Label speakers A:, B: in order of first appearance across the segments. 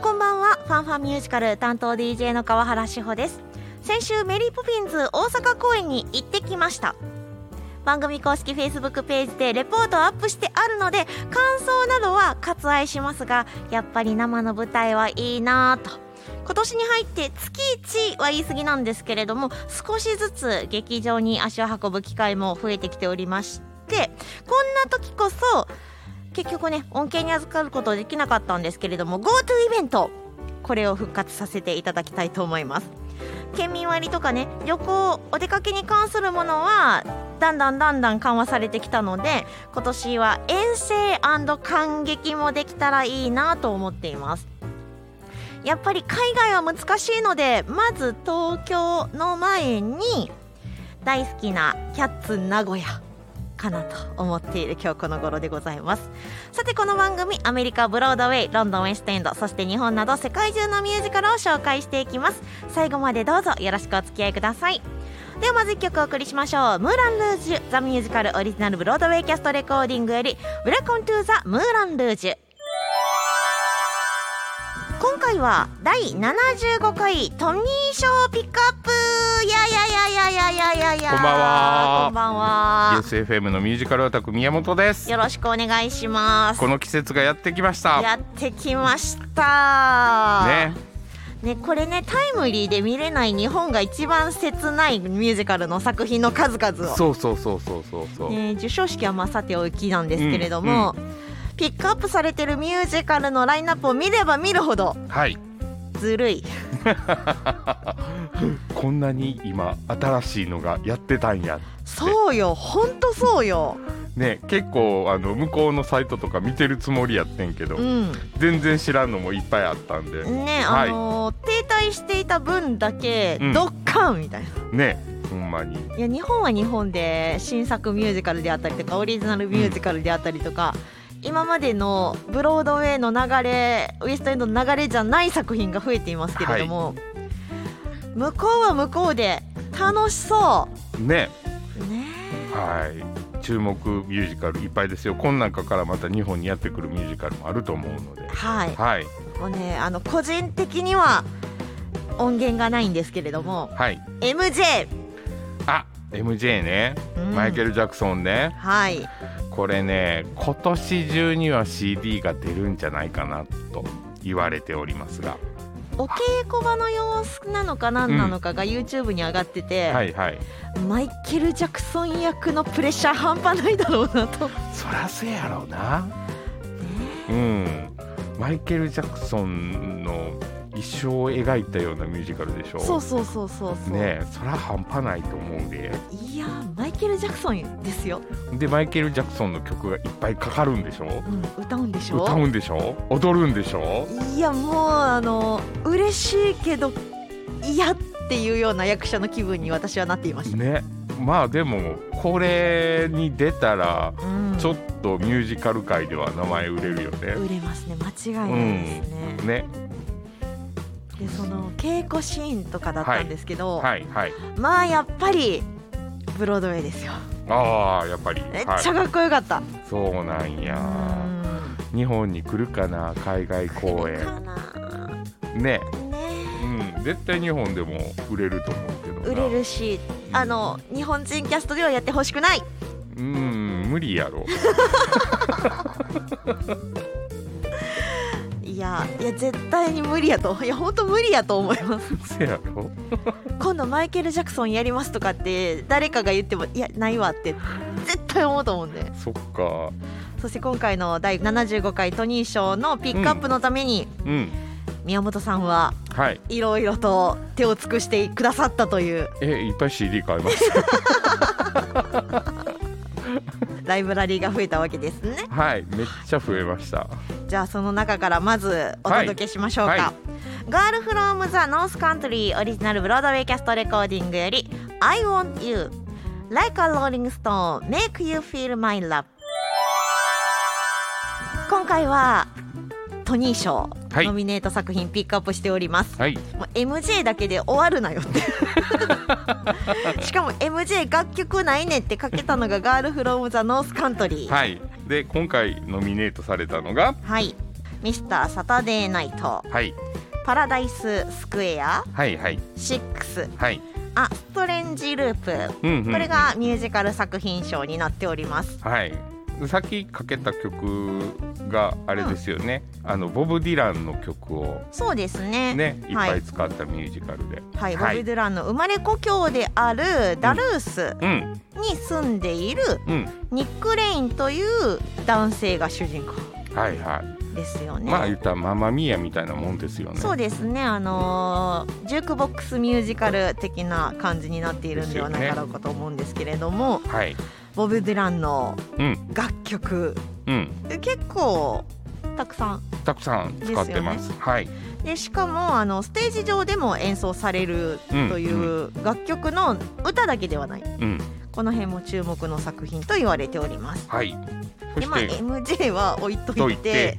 A: ファンファミュージカル担当 DJ の川原志保です先週メリーポピンズ大阪公演に行ってきました番組公式 Facebook ページでレポートをアップしてあるので感想などは割愛しますがやっぱり生の舞台はいいなぁと今年に入って月1は言い過ぎなんですけれども少しずつ劇場に足を運ぶ機会も増えてきておりましてこんな時こそ結局ね恩恵に預かることできなかったんですけれども GoTo イベントこれを復活させていただきたいと思います県民割とかね旅行お出かけに関するものはだんだんだんだん緩和されてきたので今年は遠征観劇もできたらいいなと思っていますやっぱり海外は難しいのでまず東京の前に大好きなキャッツ名古屋かなと思っている今日この頃でございますさてこの番組アメリカブロードウェイロンドンウェストエンドそして日本など世界中のミュージカルを紹介していきます最後までどうぞよろしくお付き合いくださいではまず1曲お送りしましょう「ムーラン・ルージュ」ザ・ミュージカルオリジナルブロードウェイキャストレコーディングより「ウェルコン・トゥ・ザ・ムーラン・ルージュ」今回は第75回トニー賞ピックアップいやいやいやいやいやいやいやいや
B: こんばんは
A: こんばんは
B: SFM のミュージカルアタック宮本です
A: よろしくお願いします
B: こ。の季節がやってきました
A: やってきました。
B: ね
A: ねこれねタイムリーで見れない日本が一番切ないミュージカルの作品の数々を、
B: そうそうそうそうそうそう、
A: ね、授賞式はまあさておきなんですけれども、ピックアップされてるミュージカルのラインナップを見れば見るほど
B: はい
A: ずるい。
B: こんなに今新しいのがやってたんや
A: そうよ、ほんとそうよ。
B: ね結構あの向こうのサイトとか見てるつもりやってんけど、
A: うん。
B: 全然知らんのもいっぱいあったんで
A: ね
B: は
A: あ
B: い
A: のー停滞していた分だけ
B: うん
A: ドッカンみたいな。
B: ねほんまに
A: いや日本は日本で新作ミュージカルであったりとかオリジナルミュージカルであったりとか、今までのブロードウェイの流れウエストエンドの流れじゃない作品が増えていますけれども、向こうは向こうで楽しそ
B: ね
A: うね
B: はい注目ミュージカルいっぱいですよこん中からまた日本にやってくるミュージカルもあると思うので
A: はい
B: はい
A: もうねあの個人的には音源がないんですけれども
B: はい
A: MJ、
B: あ MJ ね、
A: うん
B: マイケル・ジャクソンね
A: はい
B: これね今年中には CD が出るんじゃないかなと言われておりますが
A: お稽古場の様子なのか何なのかが YouTube に上がってて、
B: はいはい
A: マイケル・ジャクソン役のプレッシャー半端ないだろうなと。
B: そらせやろうなうんマイケル・ジャクソンの一生を描いたようなミュージカルでしょ
A: そうそうそうそうそう。
B: ねえそら半端ないと思うで
A: いやーマイケル・ジャクソンですよ。
B: でマイケル・ジャクソンの曲がいっぱいかかるんでしょ
A: うん、歌うんでしょ
B: 歌うんでしょ踊るんでしょ
A: いやもうあの嬉しいけど嫌っていうような役者の気分に私はなっていました。
B: ねまあでもこれに出たら
A: うん、
B: ちょっとミュージカル界では名前売れるよね。
A: 売れますね間違いないですね。
B: ね、
A: でその稽古シーンとかだったんですけど、
B: はいはい。
A: まあやっぱりブロードウェイですよ。
B: ああ、やっぱり。
A: めっ
B: は
A: ちゃかっこよかった。
B: い、そうなんや。
A: うん
B: 日本に来るかな、海外公
A: いい
B: 演。
A: かな
B: ね、
A: ね
B: うん、絶対日本でも売れると思うけどな。
A: 売れるしあの日本人キャストではやってほしくない
B: うん、無 理やろ。
A: いやいや絶対に無理やといや本当無理やと思い ます
B: せやろ。
A: 今度マイケル・ジャクソンやりますとかって誰かが言ってもいやないわって絶対思うと思うんで
B: そっか。
A: そして今回の第75回トニー賞のピックアップのために、
B: うん、
A: 宮本さんは
B: はい。
A: いろいろと手を尽くしてくださったという
B: え、いっぱい CD 買いま した。
A: ライブラリーが増えたわけですね
B: はい、めっちゃ増えました。
A: じゃあその中からまずお届けしましょうか、
B: はいは
A: ガールフロームザノースカントリーオリジナルブロードウェイキャストレコーディングより I want you like a rolling stone make you feel my love 今回はトニー賞
B: はい
A: ノミネート作品ピックアップしております、
B: はい、
A: もう MJ だけで終わるなよって しかも MJ 楽曲ないねってかけたのがガールフロームザノースカントリー
B: はい。で、今回ノミネートされたのが。
A: はい、ミスターサタデーナイト、
B: はい。
A: パラダイススクエア
B: はいはい
A: 6
B: はい、
A: あストレンジループ
B: うんうんうん
A: これがミュージカル作品賞になっております
B: はいさっきかけた曲があれですよね、あのボブ・ディランの曲を
A: そうですね
B: ねいっ
A: は
B: ぱ
A: い
B: い使ったミュージカルで
A: はい、
B: は
A: ボ
B: い
A: ブ・デュランの生まれ故郷であるダルース
B: うん
A: に住んでいる
B: うん
A: ニック・レインという男性が主人公
B: はいはい
A: ですよね。
B: まあ言ったらママミーヤみたいなもんですよね。
A: そうですね、あのージュークボックスミュージカル的な感じになっているんではないかろうかと思うんですけれども、
B: はい。
A: ボブ・デュランの
B: うん
A: 楽曲
B: うん。
A: 結構たくさん
B: たくさん使ってます。はい。
A: でしかもあのステージ上でも演奏される
B: うん
A: という楽曲の歌だけではない、
B: うん。
A: この辺も注目の作品と言われております。
B: はい。そ
A: で
B: し
A: まあ、
B: て
A: MJ は置いと
B: と
A: い
B: い
A: て
B: て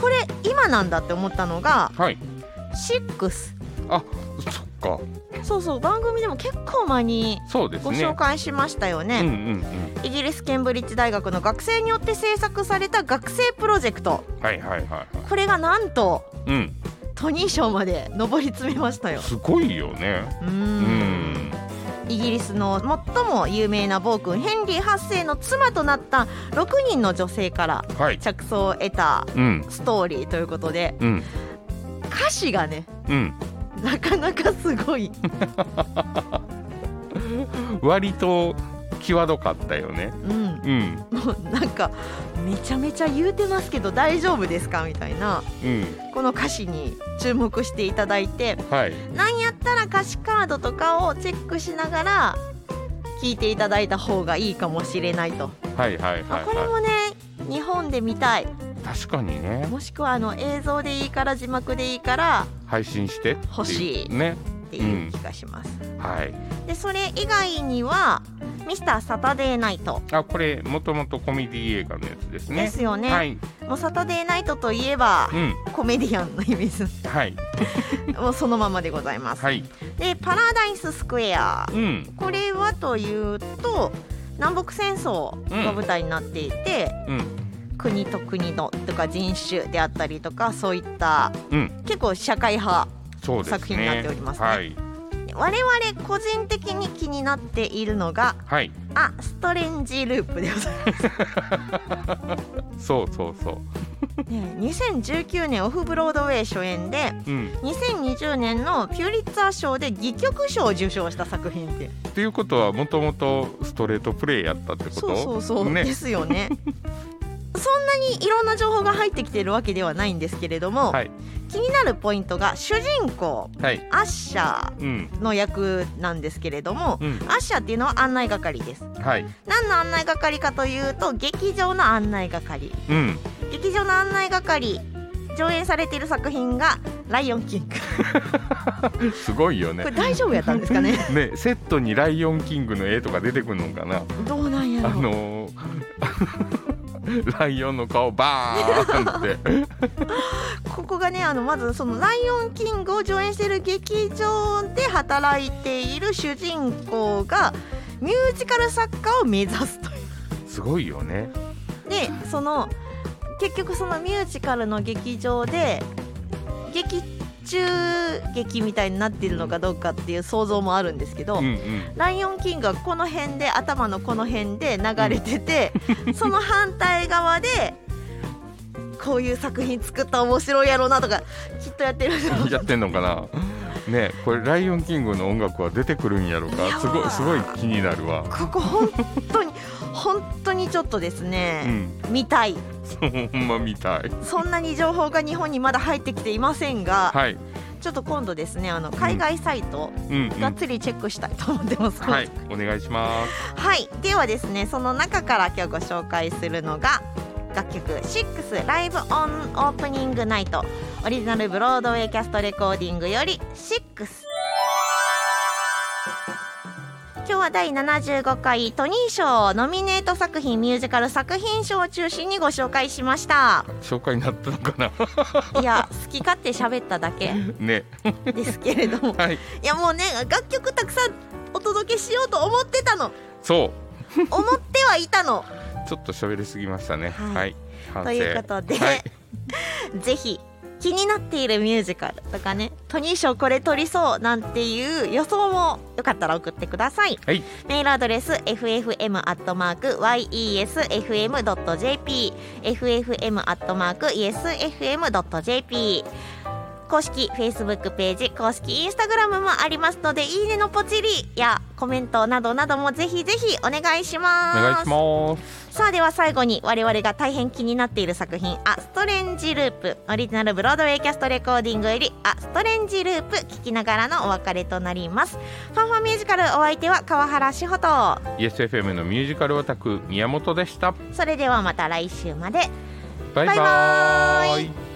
A: これ今なんだって思ったのが
B: はい。
A: 6
B: あそっか。
A: そうそう番組でも結構前に
B: そうです
A: ご
B: ね
A: 紹。介しましたよ
B: うんう
A: ね、
B: ん
A: イギリスケンブリッジ大学の学生によって制作された学生プロジェクト
B: うん。はいはいはいはい。
A: これがなんと
B: うん。
A: トニー賞まで上り詰めましたよ
B: すごいよね。
A: うー
B: うんん。
A: イギリスの最も有名な暴君ヘンリー8世の妻となった6人の女性から
B: はい。
A: 着想を得た
B: うん
A: ストーリーということで
B: うん
A: 歌詞がね
B: うん。
A: なかなかすごい、
B: 割と際どかったよね。
A: うん、
B: うん
A: もうなんかめちゃめちゃ言うてますけど大丈夫ですかみたいな
B: うん。
A: この歌詞に注目していただいて
B: はい。
A: なんやったら歌詞カードとかをチェックしながら聞いていただいた方がいいかもしれないと、
B: はいはいはい
A: まあこれ
B: は
A: もね日本で見たい
B: い。確かにね。
A: もしくはあの映像でいいから字幕でいいから
B: 配信してってう
A: 欲しい
B: ね。
A: っていう気がします、
B: はい。
A: でそれ以外には「ミスターサタデーナイト
B: あこれもともとコメディ映画のやつです」ね。
A: ですよね
B: はい。
A: もうサタデーナイトといえば
B: うん。
A: コメディアンのイメージ
B: はい。
A: もうそのままでございます、
B: はい。
A: でパラダイススクエア
B: うん。
A: これはというと南北戦争が舞台になっていて、
B: うん。
A: 国と国のとか人種であったりとかそういった
B: うん。
A: 結構社会派
B: そうですね。
A: 作品になっておりますね
B: はい。
A: 我々個人的に気になっているのが
B: はい。
A: あストレンジループでございま
B: そうそうそう。
A: す、ね、2019年オフブロードウェイ初演で
B: うん。
A: 2020年のピュリッツァー賞で戯曲賞を受賞した作品って
B: っていうことはもともとストレートプレイやったってこと。
A: そうそうそう、で
B: ね。
A: すよ ねそんなにいろんな情報が入ってきてるわけではないんですけれども、
B: はい。
A: 気になるポイントが主人公
B: はい。
A: アッシャ
B: うん。
A: ーの役なんですけれども、
B: うん。
A: アッシャーっていうのは案内係です
B: はい。
A: 何の案内係かというと劇場の案内係
B: うん。
A: 劇場の案内係上演されている作品が「ライオンキング」
B: すごいよね
A: これ。大丈夫やったんですかね
B: ね、セットにライオンキングの絵とか出てくるのかな。
A: どうなんや
B: あ
A: ろう
B: のー ライオンの顔バーンって。
A: ここがねあのまずその「ライオンキング」を上演している劇場で働いている主人公がミュージカル作家を目指すという
B: すごいよね。
A: でその結局そのミュージカルの劇場で劇中劇みたいになっているのかどうかっていう想像もあるんですけど、
B: うんうん。
A: ライオンキングはこの辺で頭のこの辺で流れてて、その反対側でこういう作品作ったら面白いやろうなとかきっとやってるんだろう
B: やってんのかな。ね、これライオンキングの音楽は出てくるんやろ
A: いや
B: か。
A: ー
B: すごい、すごい気になるわ。
A: ここ本当に本当にちょっとです
B: う
A: ね、
B: ん、
A: 見たい
B: そうほんまみたい。
A: そんなに情報が日本にまだ入ってきていませんが、
B: はい、
A: ちょっと今度ですねあの海外サイト、
B: うん、うん、
A: がっつりチェックしたいと思ってます、
B: はい、お願いします。
A: はい、ではですねその中から今日ご紹介するのが楽曲「6ライブオンオープニングナイト」オリジナルブロードウェイキャストレコーディングより「6」今日は第75回トニー賞ノミネート作品ミュージカル作品賞を中心にご紹介しました
B: 紹介になったのか な。
A: いや好き勝手喋っただけ
B: ね、
A: ですけれども
B: はい、
A: いやもうね楽曲たくさんお届けしようと思ってたの
B: そう、
A: 思ってはいたの
B: ちょっと喋りすぎましたね。
A: はい
B: はい、反省
A: ということで、
B: はい、
A: ぜひ気になっているミュージカルとかねトニー賞これ取りそうなんていう予想もよかったら送ってください
B: はい
A: メールアドレス ffm.yesfm.jp ffm.yesfm.jp 公式 Facebook ページ公式 Instagram もありますのでいいねのポチリやコメントなどなどもぜひぜひお願いし
B: お
A: ます
B: 願いします
A: さあでは最後に我々が大変気になっている作品「アストレンジループ」オリジナルブロードウェイキャストレコーディングより「アストレンジループ」聞きながらのお別れとなりますファンファンミュージカルお相手は川原志穂と
B: ESFM のミュージカルオタク宮本でした
A: それではまた来週まで
B: バイバ
A: バイバー
B: イ
A: イ